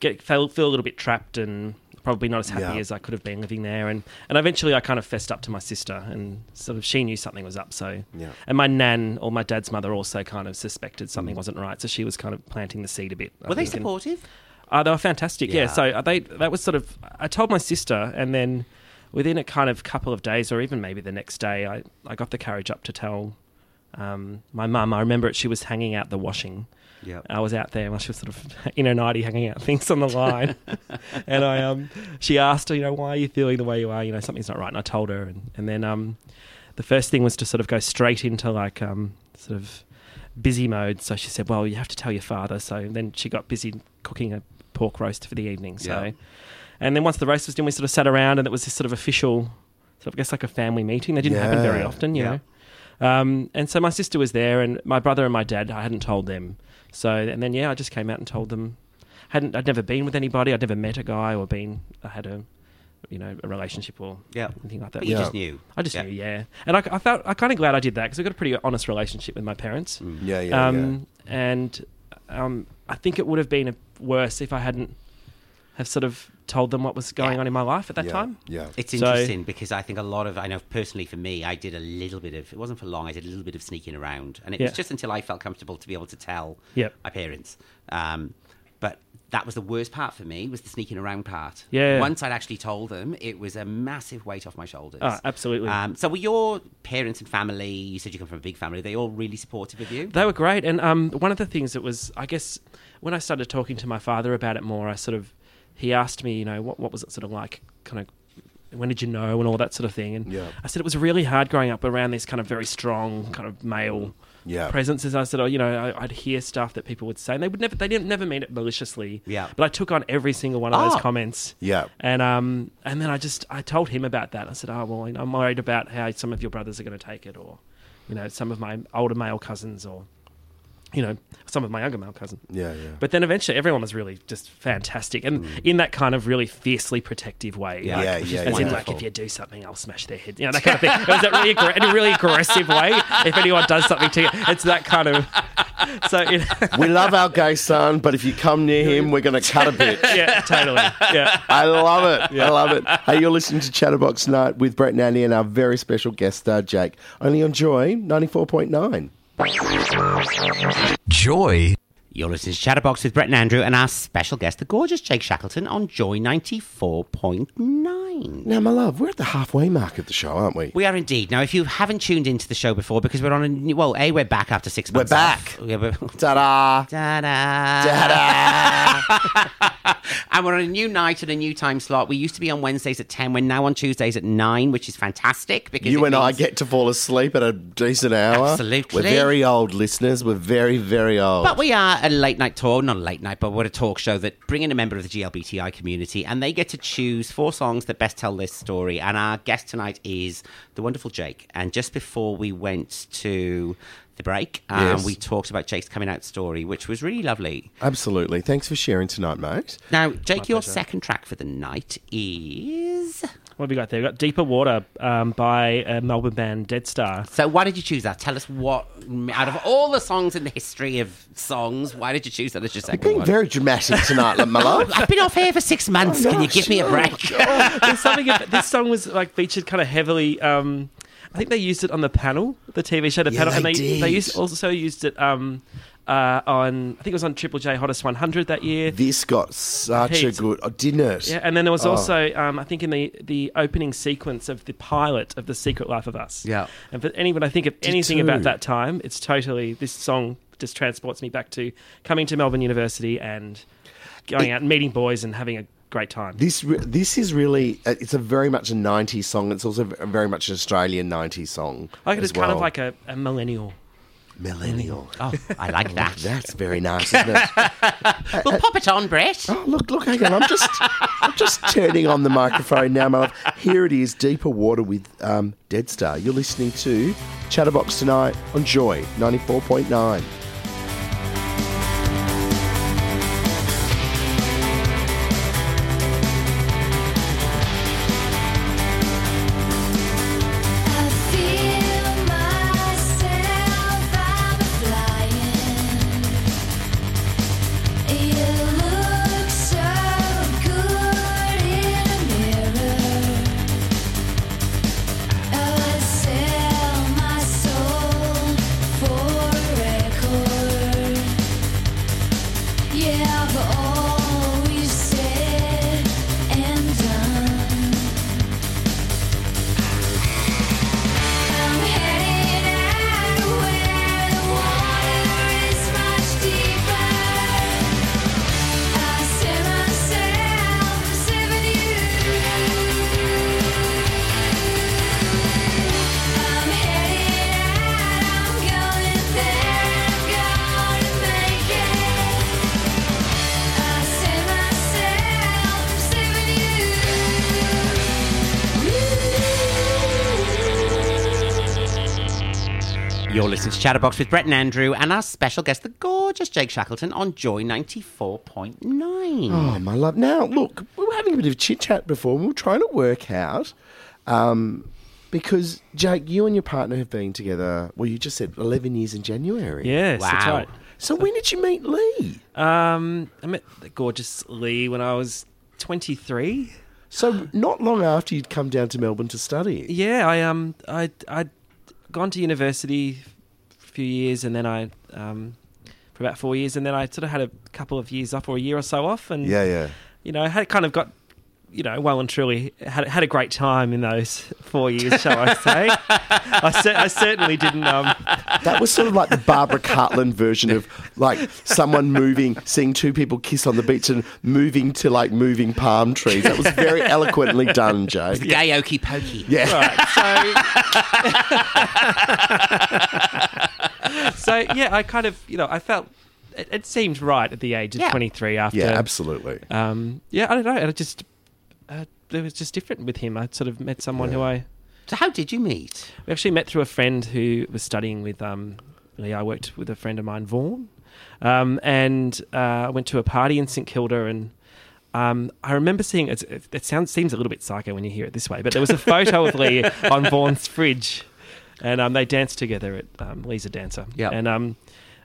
Speaker 6: get feel, feel a little bit trapped and probably not as happy
Speaker 4: Yeah.
Speaker 6: as I could have been living there. And and eventually, I kind of fessed up to my sister, and sort of she knew something was up. So
Speaker 4: Yeah.
Speaker 6: and my nan or my dad's mother also kind of suspected something wasn't right. So she was kind of planting the seed a bit. I
Speaker 3: Were they
Speaker 6: think, and-
Speaker 3: supportive?
Speaker 6: uh, they were fantastic. Yeah.
Speaker 3: Yeah.
Speaker 6: So uh, they that was sort of I told my sister, and then within a kind of couple of days, or even maybe the next day, I, I got the courage up to tell um, my mum. I remember it. She was hanging out the washing.
Speaker 3: Yep.
Speaker 6: I was out there while she was sort of in her nighty hanging out things on the line, and I um she asked her, you know, why are you feeling the way you are? You know, something's not right. And I told her, and, and then um the first thing was to sort of go straight into like um sort of busy mode. So she said, "Well, you have to tell your father." So then she got busy cooking a pork roast for the evening. So,
Speaker 3: Yeah.
Speaker 6: and then once the roast was done, we sort of sat around, and it was this sort of official, sort of I guess like a family meeting. They didn't happen
Speaker 4: Yeah.
Speaker 6: very often, you
Speaker 3: Yeah.
Speaker 6: know. Um, and so my sister was there, and my brother and my dad. I hadn't told them. So and then yeah, I just came out and told them. hadn't I'd never been with anybody. I'd never met a guy or been. I had a, you know, a relationship or
Speaker 3: Yeah.
Speaker 6: anything like that.
Speaker 3: But you
Speaker 4: Yeah.
Speaker 3: just knew.
Speaker 6: I just
Speaker 3: Yeah.
Speaker 6: knew, yeah. And I, I felt I kind of glad I did that because I got a pretty honest relationship with my parents.
Speaker 3: Mm.
Speaker 4: Yeah, yeah,
Speaker 6: um, And um, I think it would have been a- worse if I hadn't have sort of told them what was going
Speaker 3: Yeah.
Speaker 6: on in my life at that
Speaker 4: yeah.
Speaker 6: time.
Speaker 4: Yeah.
Speaker 3: It's
Speaker 6: So-
Speaker 3: interesting because I think a lot of I know personally for me, I did a little bit of it wasn't for long. I did a little bit of sneaking around, and it
Speaker 6: Yeah.
Speaker 3: was just until I felt comfortable to be able to tell
Speaker 6: Yep.
Speaker 3: my parents. Um, but that was the worst part for me was the sneaking around part.
Speaker 6: Yeah.
Speaker 3: Once I'd actually told them, it was a massive weight off my shoulders.
Speaker 6: Ah, absolutely.
Speaker 3: Um, so were your parents and family? You said you come from a big family. Are they all really supportive of you?
Speaker 6: They were great. And um, one of the things that was, I guess, when I started talking to my father about it more, I sort of, he asked me, you know, what, what was it sort of like, kind of, when did you know, and all that sort of thing. And
Speaker 4: Yeah.
Speaker 3: Mm.
Speaker 6: I said it was really hard growing up around this kind of very strong, kind of male
Speaker 4: Yeah.
Speaker 6: presence as I said, oh, you know, I, I'd hear stuff that people would say, and they would never, they didn't never mean it maliciously.
Speaker 3: Yeah.
Speaker 6: But I took on every single one of
Speaker 3: Oh.
Speaker 6: those comments.
Speaker 4: Yeah.
Speaker 6: And um, and then I just I told him about that. I said, oh well, you know, I'm worried about how some of your brothers are going to take it, or you know, some of my older male cousins, or you know, some of my younger male cousins.
Speaker 4: Yeah, yeah.
Speaker 6: But then eventually, everyone was really just fantastic, and in that kind of really fiercely protective way.
Speaker 3: Yeah.
Speaker 6: like,
Speaker 4: Yeah,
Speaker 6: as
Speaker 4: yeah,
Speaker 6: in, like
Speaker 3: wonderful.
Speaker 6: if you do something, I'll smash their head. You know, that kind of thing. It was that really aggr- in a really aggressive way. If anyone does something to you, it's that kind of. So it,
Speaker 4: We love our gay son, but if you come near him, we're going to cut a bit.
Speaker 6: yeah, totally. Yeah.
Speaker 4: I love it. I love it. Hey, you're listening to Chatterbox Night with Brett and Andy and our very special guest star, Jake. Only on Joy 94.9.
Speaker 8: Joy.
Speaker 3: You're listening to Chatterbox with Brett and Andrew and our special guest, the gorgeous Jake Shackleton, on Joy 94.9.
Speaker 4: Now, my love, we're at the halfway mark of the show, aren't we?
Speaker 3: We are indeed. Now, if you haven't tuned into the show before, because we're on a new, well, A, we're back after six months.
Speaker 4: back.
Speaker 3: off. Yeah, we're,
Speaker 4: Ta da!
Speaker 3: Ta-da. and we're on a new night and a new time slot. We used to be on Wednesdays at 10. We're now on Tuesdays at 9, which is fantastic. Because
Speaker 4: You
Speaker 3: it
Speaker 4: and I
Speaker 3: means-
Speaker 4: get to fall asleep at a decent hour.
Speaker 3: Absolutely.
Speaker 4: We're very old listeners. We're very, very old.
Speaker 3: But we are a late night tour, not a late night, but we're a talk show that bring in a member of the GLBTI community and they get to choose four songs that best tell their story. And our guest tonight is the wonderful Jake. And just before we went to the break, um,
Speaker 4: Yes.
Speaker 3: we talked about Jake's coming out story, which was really lovely.
Speaker 4: Absolutely. Thanks for sharing tonight, mate.
Speaker 3: Now, Jake, your second track for the night is.
Speaker 6: What have we got there? We got Deeper Water um, by uh, Melbourne band Dead Star.
Speaker 3: So, why did you choose that? Tell us what, out of all the songs in the history of songs, why did you choose that as your second
Speaker 4: Being
Speaker 3: one?
Speaker 4: very dramatic tonight, like, my love.
Speaker 3: I've been off air for six months. Can you
Speaker 4: gosh.
Speaker 3: give me a break?
Speaker 6: There's something. ab- this song was like featured kind of heavily. Um, I think they used it on the panel, the TV show, the panel, and
Speaker 4: they
Speaker 6: they
Speaker 4: did.
Speaker 6: they used, also used it um, uh, on. I think it was on Triple J Hottest 100 that year.
Speaker 4: This got such a
Speaker 6: Heaps.
Speaker 4: good. Oh, didn't it?
Speaker 6: Yeah, and then there was
Speaker 4: Oh.
Speaker 6: also, um, I think, in the the opening sequence of the pilot of the Secret Life of Us.
Speaker 3: Yeah.
Speaker 6: And for anyone, I think of anything
Speaker 4: too.
Speaker 6: about that time, it's totally this song just transports me back to coming to Melbourne University and going out and meeting boys and having a great time.
Speaker 4: This re- this is really uh, it's a very much a '90s song. It's also a very much an Australian '90s song.
Speaker 6: I think
Speaker 4: as
Speaker 6: it's kind of
Speaker 4: well.
Speaker 6: like a, a millennial.
Speaker 4: millennial.
Speaker 3: Oh, I like that.
Speaker 4: That's very nice, isn't it?
Speaker 3: Well, pop it on, Brett.
Speaker 4: Oh, look, look, hang on. I'm just I'm just turning on the microphone now, my love. Here it is, Deeper Water with um, Dead Star. You're listening to Chatterbox tonight on Joy 94.9.
Speaker 9: I feel myself, I'm flying. You look so good in a mirror. I sell my soul for a record. Yeah, I've always said and done. I'm heading out where the water is much deeper. I set myself for seven I'm heading out. I'm going there. I'm gonna make it. I set myself for seven
Speaker 3: You're listening to Chatterbox with Brett and Andrew and our special guest, the gorgeous Jake Shackleton on Joy 94.9.
Speaker 4: Oh, my love. Now, look, we were having a bit of chit chat before, and we were trying to work out um, because Jake, you and your partner have been together. Well, you just said 11 years in January.
Speaker 6: Yes, that's
Speaker 3: Wow.
Speaker 6: right.
Speaker 4: So when did you meet Lee?
Speaker 6: Um, I met the gorgeous Lee when I was 23.
Speaker 4: So not long after you'd come down to Melbourne to study.
Speaker 6: Yeah, I um, I I'd gone to university for a few years, and then I um, for about four years, and then I sort of had a couple of years off, or a year or so off, and
Speaker 4: yeah.
Speaker 6: you know, I had kind of got. You know, well and truly had had a great time in those four years, shall I say? I, cer- I certainly didn't. Um,
Speaker 4: That was sort of like the Barbara Cartland version of like someone moving, seeing two people kiss on the beach and moving to like moving palm trees. That was very eloquently done, Jake.
Speaker 3: Gay okey pokey.
Speaker 4: Yeah.
Speaker 6: right, so so yeah, I kind of you know I felt it, it seemed right at the age of
Speaker 3: Yeah.
Speaker 6: 23 after
Speaker 4: Yeah, absolutely.
Speaker 6: um yeah I don't know and I just uh, it was just different with him. I sort of met someone who I
Speaker 3: So how did you meet?
Speaker 6: we actually met through a friend who was studying with um Lee. I worked with a friend of mine, Vaughan, um, and uh, I went to a party in St Kilda and. Um, I remember seeing it's- it. It sounds seems a little bit psycho when you hear it this way, but there was a photo of Lee on Vaughan's fridge, and um, they danced together. At um, Lee's a dancer,
Speaker 3: Yeah.
Speaker 6: And um,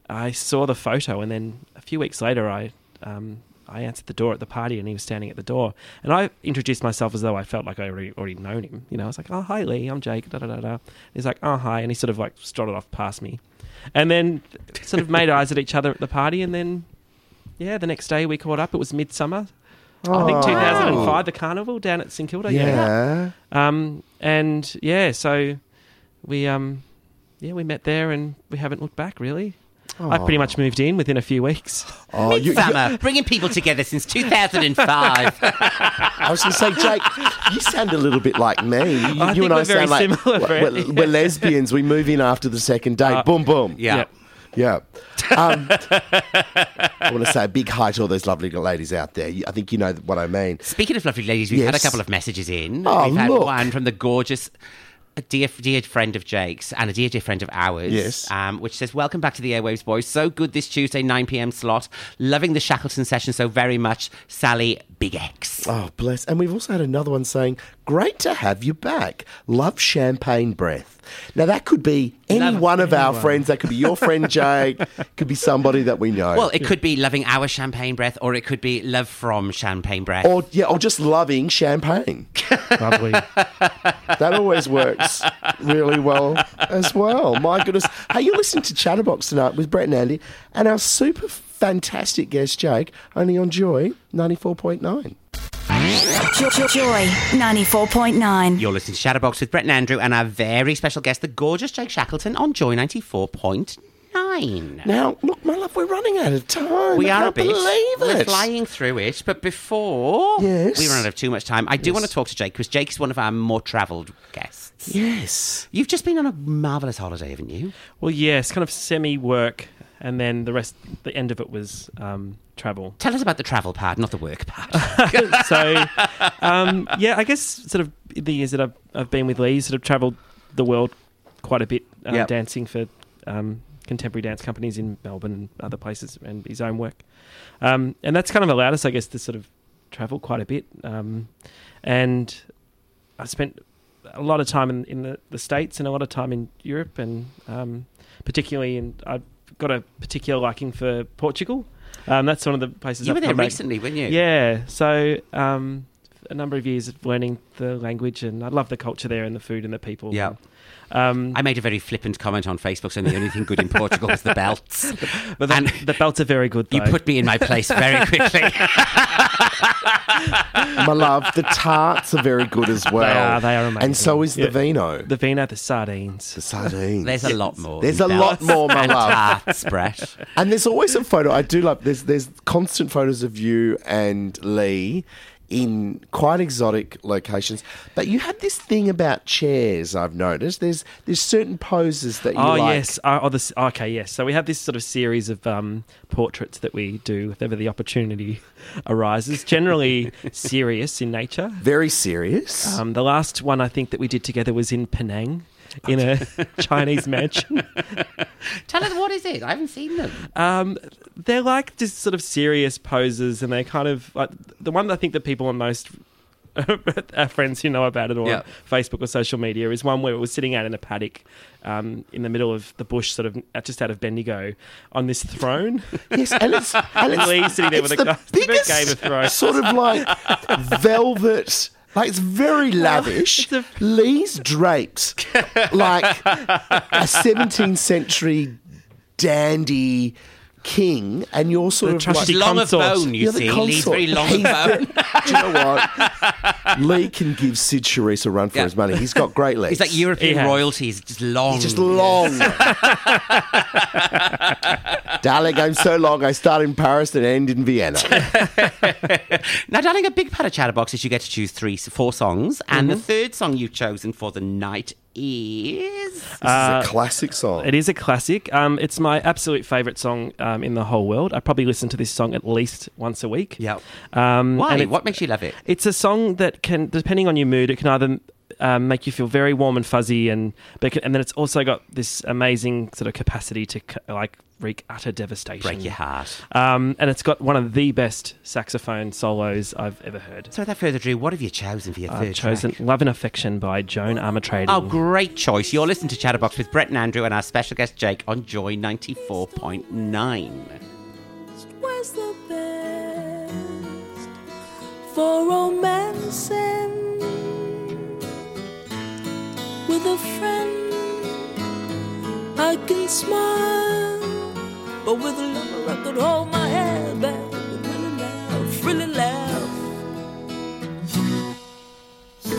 Speaker 6: I saw the photo, and then a few weeks later, I um, I answered the door at the party, and he was standing at the door, and I introduced myself as though I felt like I already already known him. You know, I was like, "Oh, hi, Lee. I'm Jake." Da da da da. He's like, "Oh, hi," and he sort of like strutted off past me, and then sort of made eyes at each other at the party, and then yeah, the next day we caught up. It was midsummer. I think 2005, the carnival down at St Kilda.
Speaker 4: yeah.
Speaker 6: Um, and yeah, so we um, yeah, we met there, and we haven't looked back really. I pretty much moved in within a few weeks.
Speaker 4: Oh, you, you-
Speaker 3: Summer, bringing people together since 2005.
Speaker 4: I was going to say, Jake, you sound a little bit like me. You,
Speaker 6: I
Speaker 4: you
Speaker 6: think
Speaker 4: and I
Speaker 6: we're very
Speaker 4: sound like
Speaker 6: similar,
Speaker 4: we're-
Speaker 6: Brett. Uh,
Speaker 4: we're, we're lesbians. We move in after the second date. boom, boom.
Speaker 3: Yeah.
Speaker 4: Yeah. Um, I want to say a big hi to all those lovely ladies out there. You- I think you know what I mean.
Speaker 3: Speaking of lovely ladies, we've had a
Speaker 4: Yes.
Speaker 3: couple of messages in.
Speaker 4: Oh,
Speaker 3: we've had
Speaker 4: look.
Speaker 3: one from the gorgeous. A dear, dear friend of Jake's and a dear, dear friend of ours.
Speaker 4: Yes.
Speaker 3: Um, which says, Welcome back to the Airwaves, boys. So good this Tuesday, 9 pm slot. Loving the Shackleton session so very much. Sally Big X.
Speaker 4: Oh, bless. And we've also had another one saying, Great to have you back. Love champagne breath. Now, that could be any
Speaker 3: Love-
Speaker 4: one of our friends. That could be your friend, Jake. could be somebody that we know.
Speaker 3: Well, it could be loving our champagne breath, or it could be love from champagne breath.
Speaker 4: or, yeah, or just loving champagne.
Speaker 6: Lovely.
Speaker 4: That always works really well as well. My goodness. Hey, you're listening to Chatterbox tonight with Brett and Andy and our super fantastic guest, Jake, only on Joy 94.9.
Speaker 2: Jo- jo- Joy 94.9.
Speaker 3: You're listening to Shadowbox with Brett and Andrew and our very special guest, the gorgeous Jake Shackleton on Joy 94.9.
Speaker 4: Now, look, my love, we're running out of time.
Speaker 3: We
Speaker 4: I
Speaker 3: are a
Speaker 4: can't
Speaker 3: bit.
Speaker 4: believe
Speaker 3: We're
Speaker 4: it.
Speaker 3: flying through it, but before
Speaker 4: Yes.
Speaker 3: we run out of too much time, I do want to talk to Jake because Jake's one of our more travelled guests.
Speaker 4: Yes.
Speaker 3: You've just been on a marvellous holiday, haven't you?
Speaker 6: well, yeah, it's kind of semi work, and then the rest, the end of it was um, travel.
Speaker 3: Tell us about the travel part, not the work part.
Speaker 6: so um, yeah, I guess sort of the years that I've, I've been with Lee, sort of travelled the world quite a bit, uh,
Speaker 3: Yep.
Speaker 6: dancing for um, contemporary dance companies in Melbourne and other places, and his own work. Um, and that's kind of allowed us, I guess, to sort of travel quite a bit. Um, and I spent a lot of time in, in the, the states and a lot of time in Europe, and um, particularly in I've got a particular liking for Portugal. Um, that's one of the places
Speaker 3: you
Speaker 6: I've
Speaker 3: were there
Speaker 6: come back-
Speaker 3: recently, weren't you?
Speaker 6: yeah. So um, a number of years of learning the language, and I love the culture there and the food and the people.
Speaker 3: Yeah.
Speaker 6: Um,
Speaker 3: I made a very flippant comment on Facebook saying the only thing good in Portugal was the belts.
Speaker 6: but the,
Speaker 3: and-
Speaker 6: the belts are very good. Though.
Speaker 3: You put me in my place very quickly.
Speaker 4: my love, the tarts are very good as well.
Speaker 6: are, they are amazing.
Speaker 4: And so is
Speaker 6: Yeah.
Speaker 4: the vino.
Speaker 6: the vino, the sardines.
Speaker 4: the sardines.
Speaker 3: There's a lot more.
Speaker 4: There's
Speaker 3: than
Speaker 4: a lot
Speaker 3: belts
Speaker 4: more, my
Speaker 3: and
Speaker 4: love.
Speaker 3: tarts, Brett.
Speaker 4: And there's always a photo. I do love. There's there's constant photos of you and Lee in quite exotic locations. But you have this thing about chairs. I've noticed. There's there's certain poses that you
Speaker 6: Oh
Speaker 4: like.
Speaker 6: yes, oh, oh, this, okay, yes. So we have this sort of series of um, portraits that we do if ever the opportunity arises. Generally serious in nature.
Speaker 4: Very serious.
Speaker 6: Um, the last one I think that we did together was in Penang, in a Chinese mansion.
Speaker 3: Tell us what is it? I haven't seen them.
Speaker 6: Um, they're like just sort of serious poses, and they kind of like the one that I think that people are most our friends who know about it or
Speaker 3: Yeah.
Speaker 6: Facebook or social media is one where we're sitting out in a paddock um, in the middle of the bush, sort of uh, just out of Bendigo, on this throne.
Speaker 4: yes, and it's and it's,
Speaker 6: Lee sitting there
Speaker 4: it's
Speaker 6: with a
Speaker 4: the
Speaker 6: glass- the
Speaker 4: biggest
Speaker 6: Game of Thrones.
Speaker 4: sort of like velvet. Like it's very lavish.
Speaker 6: it's
Speaker 4: Lee's draped like a 17th century dandy king, and you're sort
Speaker 6: The
Speaker 4: of
Speaker 6: trusty
Speaker 4: like,
Speaker 3: Long of
Speaker 6: consort.
Speaker 3: bone, you
Speaker 4: You're the
Speaker 3: see. Lee's
Speaker 4: consort.
Speaker 3: very long of
Speaker 4: He's
Speaker 3: bone.
Speaker 4: Do you know what? Lee can give Sid Charisse a run for
Speaker 3: Yeah.
Speaker 4: his money. He's got great legs.
Speaker 3: He's like European
Speaker 6: He has.
Speaker 3: royalty. He's just long.
Speaker 4: He's just long. Darling, I'm so long. I start in Paris and end in Vienna.
Speaker 3: Now,
Speaker 6: Mm-hmm.
Speaker 3: darling, a big part of Chatterbox is you get to choose three, four songs, and the third song you've chosen for the night is.
Speaker 6: Uh,
Speaker 8: it's a classic song.
Speaker 6: It is a classic. Um, it's my absolute favourite song um, in the whole world. I probably listen to this song at least once a week.
Speaker 3: Yep.
Speaker 6: Um,
Speaker 3: Why?
Speaker 6: and it-
Speaker 3: What makes you love it?
Speaker 6: It's a song that can, depending on your mood, it can either um, make you feel very warm and fuzzy, and but it can- and then it's also got this amazing sort of capacity to c- like wreak utter devastation.
Speaker 3: Break your heart.
Speaker 6: Um, and it's got one of the best saxophone solos I've ever heard.
Speaker 3: So without further ado, what have you chosen for your
Speaker 6: I've
Speaker 3: third
Speaker 6: chosen
Speaker 3: track?
Speaker 6: "Love and Affection" by Joan Armatrading.
Speaker 3: Oh, great choice. You're listening to Chatterbox with Brett and Andrew and our special guest Jake on Joy 94.9.
Speaker 9: was the best for romancing with a friend. I can smile, but with a lover I could hold my head back and really laugh, really laugh.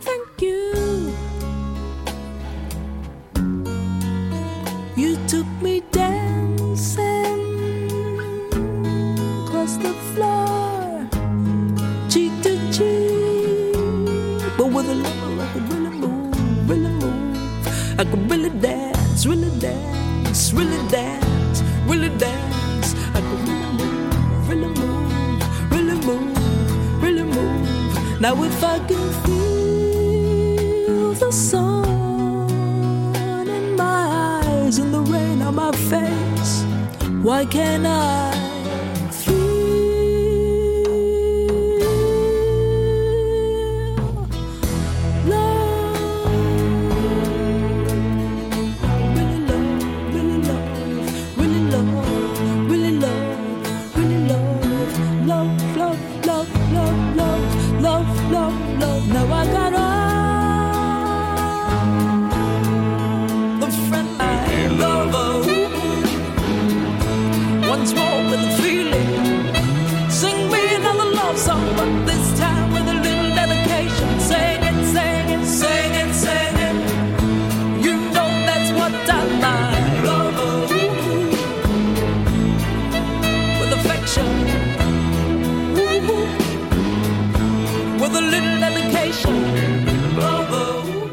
Speaker 9: Thank you. You took me dancing across the floor, cheek to cheek. But with a lover, I could really move, really move. I could really dance, really dance, really dance, really dance. I could really move, really move, really move, really move. Now if I can feel the sun in my eyes and the rain on my face, why can't I? feel love? Really love, really love, really love, really love, really love, love, love, love, love, love, love, love, love. Now I got all the friend I love. Once more with a feeling. Sing me another love song, but this time with a little dedication. Sing it, sing it, sing it, sing it. You know that's what I like, lover. With affection, with a little dedication, lover.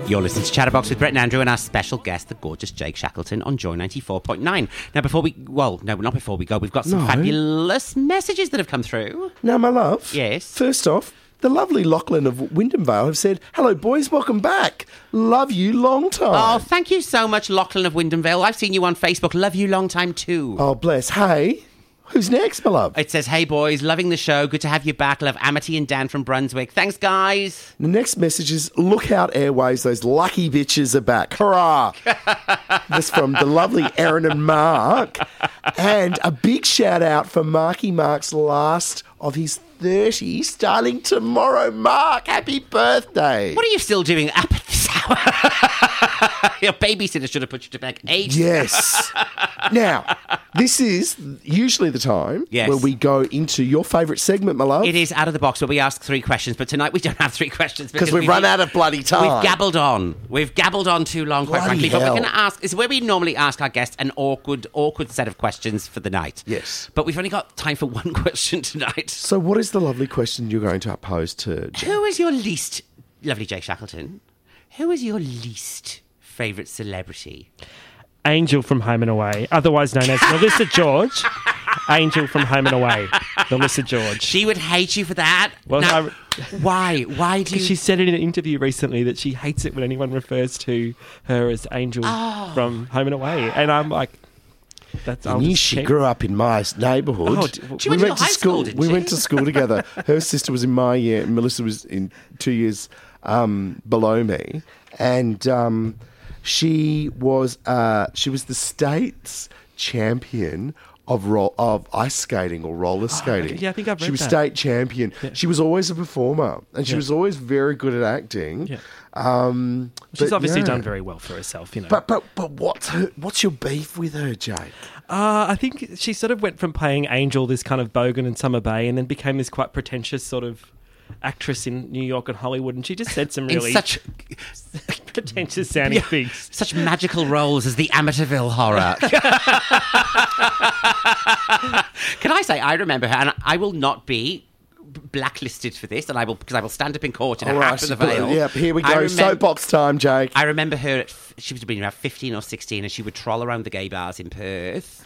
Speaker 3: You're listening to Chatterbox with Brett and Andrew and our special guest, the gorgeous Jake Shackleton, on Joy 94.9. Now, before we, well, no, not before we go, we've got some
Speaker 4: No.
Speaker 3: fabulous messages that have come through.
Speaker 4: Now, my love.
Speaker 3: Yes.
Speaker 4: First off, the lovely Lachlan of Wyndham Vale have said, "Hello, boys. Welcome back. Love you, long
Speaker 3: Oh,
Speaker 4: time."
Speaker 3: thank you so much, Lachlan of Wyndham Vale. I've seen you on Facebook. Love you long time too.
Speaker 4: Oh, bless. Hey, who's next, my love?
Speaker 3: It says, Hey boys, loving the show. Good to have you back. Love Amity and Dan from Brunswick. Thanks, guys.
Speaker 4: The next message is look out airways, those lucky bitches are back. Hurrah! this from the lovely Erin and Mark. And a big shout out for Marky Mark's last of his 30 starting tomorrow. Mark, happy birthday.
Speaker 3: What are you still doing up at this hour? Your babysitter should have put you to bed ages.
Speaker 4: Yes. now, this is usually the time
Speaker 3: Yes.
Speaker 4: where we go into your favourite segment, my love.
Speaker 3: It is out of the box where we ask three questions, but tonight we don't have three questions
Speaker 4: Because we've run out of bloody time.
Speaker 3: We've gabbled on. We've gabbled on too long, quite
Speaker 4: Bloody
Speaker 3: frankly. But
Speaker 4: hell.
Speaker 3: we're going to ask. It's where we normally ask our guests an awkward, awkward set of questions for the night.
Speaker 4: Yes.
Speaker 3: But we've only got time for one question tonight.
Speaker 4: So, what is the lovely question you're going to pose to Jack?
Speaker 3: Who is your least lovely, Jake Shackleton? Who is your least favorite celebrity?
Speaker 6: Angel from Home and Away, otherwise known as Melissa George. Angel from Home and Away, Melissa George.
Speaker 3: She would hate you for that.
Speaker 6: Well,
Speaker 3: Now,
Speaker 6: I-
Speaker 3: why? Why do you?
Speaker 6: She said in an interview recently that she hates it when anyone refers to her as Angel from Home and Away, and I'm like, that's
Speaker 4: I
Speaker 6: I'll
Speaker 4: knew
Speaker 6: just
Speaker 4: she
Speaker 6: keep-
Speaker 4: grew up in my neighbourhood.
Speaker 6: Oh, d-
Speaker 3: She went to your high school, didn't
Speaker 4: we
Speaker 3: she?
Speaker 4: went to school together. Her sister was in my year. and Melissa was in two years um, below me, and um, she was uh, she was the state's champion. Of, roll, of ice skating or roller skating.
Speaker 6: Ah, yeah, I think I've
Speaker 4: She
Speaker 6: read
Speaker 4: was
Speaker 6: that.
Speaker 4: state champion. She was always a performer, and she was always very good at acting.
Speaker 6: Yeah.
Speaker 4: Um,
Speaker 6: She's
Speaker 4: but
Speaker 6: obviously
Speaker 4: yeah.
Speaker 6: done very well for herself, you know.
Speaker 4: But but but what's her, what's your beef with her, Jake?
Speaker 6: Uh, I think she sort of went from playing Angel, this kind of Bogan and Summer Bay, and then became this quite pretentious sort of actress in New York and Hollywood. And she just said some
Speaker 3: in
Speaker 6: really
Speaker 3: such
Speaker 6: pretentious sounding things.
Speaker 3: such magical roles as the Amityville horror. Can I say I remember her, and I will not be blacklisted for this, and I will because I will stand up in court in
Speaker 4: All
Speaker 3: a
Speaker 4: right,
Speaker 3: hat with a
Speaker 4: she's got-
Speaker 3: veil.
Speaker 4: Yep, here we go.
Speaker 3: I remem-
Speaker 4: Soapbox time, Jake.
Speaker 3: I remember her. At, f- she would have been around fifteen or sixteen, and she would troll around the gay bars in Perth.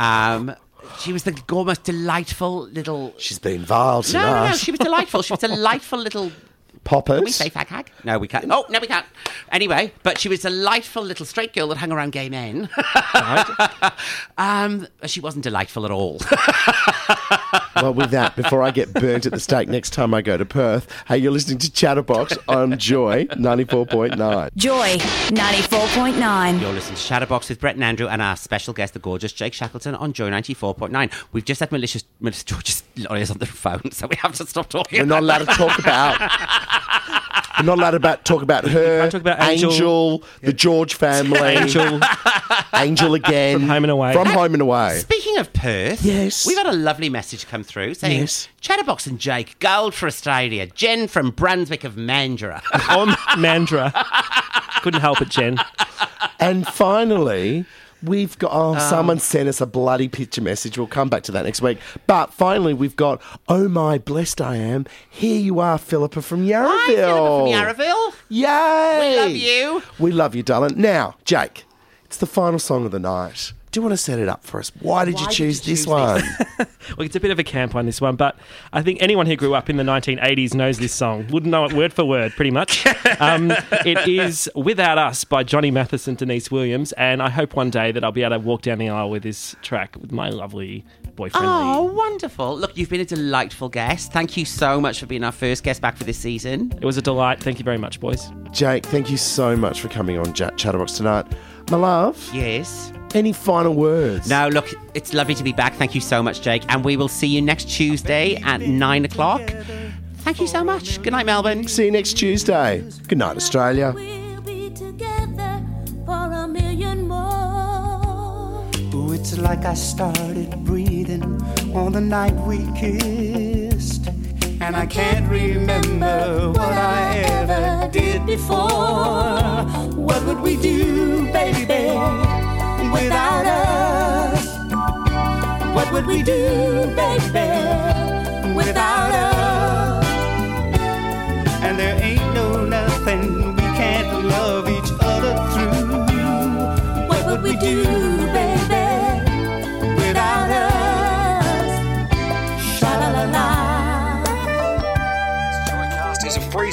Speaker 3: Um, she was the almost delightful little.
Speaker 4: She's been vile
Speaker 3: No,
Speaker 4: tonight.
Speaker 3: no, no. She was delightful. She was a delightful little.
Speaker 4: Poppers.
Speaker 3: Can we say fag hag? No, we can't. Oh, no, we can't. Anyway, but she was a delightful little straight girl that hung around gay men. um, she wasn't delightful at all.
Speaker 4: Well, with that, before I get burnt at the stake next time I go to Perth, hey, you're listening to Chatterbox on Joy 94.9.
Speaker 2: Joy 94.9.
Speaker 3: You're listening to Chatterbox with Brett and Andrew and our special guest, the gorgeous Jake Shackleton, on Joy 94.9. We've just had malicious, malicious George's lawyers on the phone, so we have to stop talking.
Speaker 4: We're not allowed to talk about. We're not allowed about talk about her,
Speaker 6: talk about
Speaker 4: Angel,
Speaker 6: Angel.
Speaker 4: the George family,
Speaker 6: Angel.
Speaker 4: Angel again,
Speaker 6: From Home and Away.
Speaker 4: from home and away.
Speaker 3: Speaking of Perth,
Speaker 4: Yes.
Speaker 3: we've had a lovely message come through saying
Speaker 4: Yes.
Speaker 3: Chatterbox and Jake, gold for Australia. Jen from Brunswick of Mandurah.
Speaker 6: on Mandra. Couldn't help it, Jen.
Speaker 4: And finally, we've got. Oh, someone sent us a bloody picture message. We'll come back to that next week. But finally, we've got. Oh my, blessed I am. Here you are, Philippa from Yarraville.
Speaker 3: Hi, Philippa from Yarraville.
Speaker 4: Yay!
Speaker 3: We love you.
Speaker 4: We love you, darling. Now, Jake, it's the final song of the night. Do you want to set it up for us? Why did you choose this one?
Speaker 6: Well, it's a bit of a camp one, this one, but I think anyone who grew up in the 1980s knows this song. Wouldn't know it word for word, pretty much. Um, it is Without Us by Johnny Mathis and Denise Williams, and I hope one day that I'll be able to walk down the aisle with this track with my lovely boyfriend.
Speaker 3: Oh,
Speaker 6: Lee.
Speaker 3: wonderful. Look, you've been a delightful guest. Thank you so much for being our first guest back for this season.
Speaker 6: It was a delight. Thank you very much, boys.
Speaker 4: Jake, thank you so much for coming on Chat Chatterbox tonight. My love,
Speaker 3: Yes.
Speaker 4: any final words?
Speaker 3: No, look, it's lovely to be back. Thank you so much, Jake. And we will see you next Tuesday at nine o'clock. Thank you so much. Good night, Melbourne.
Speaker 4: See you next Tuesday. Good night, Australia.
Speaker 9: We'll be together for a million more.
Speaker 8: Oh, it's like I started breathing on the night we kissed. And I can't remember what I ever did before. What would we do, baby, without us? What would we do, baby, without us? And there ain't no nothing we can't love each other through. What would we do, baby? without us. Sha la la la.
Speaker 10: Joycast is a free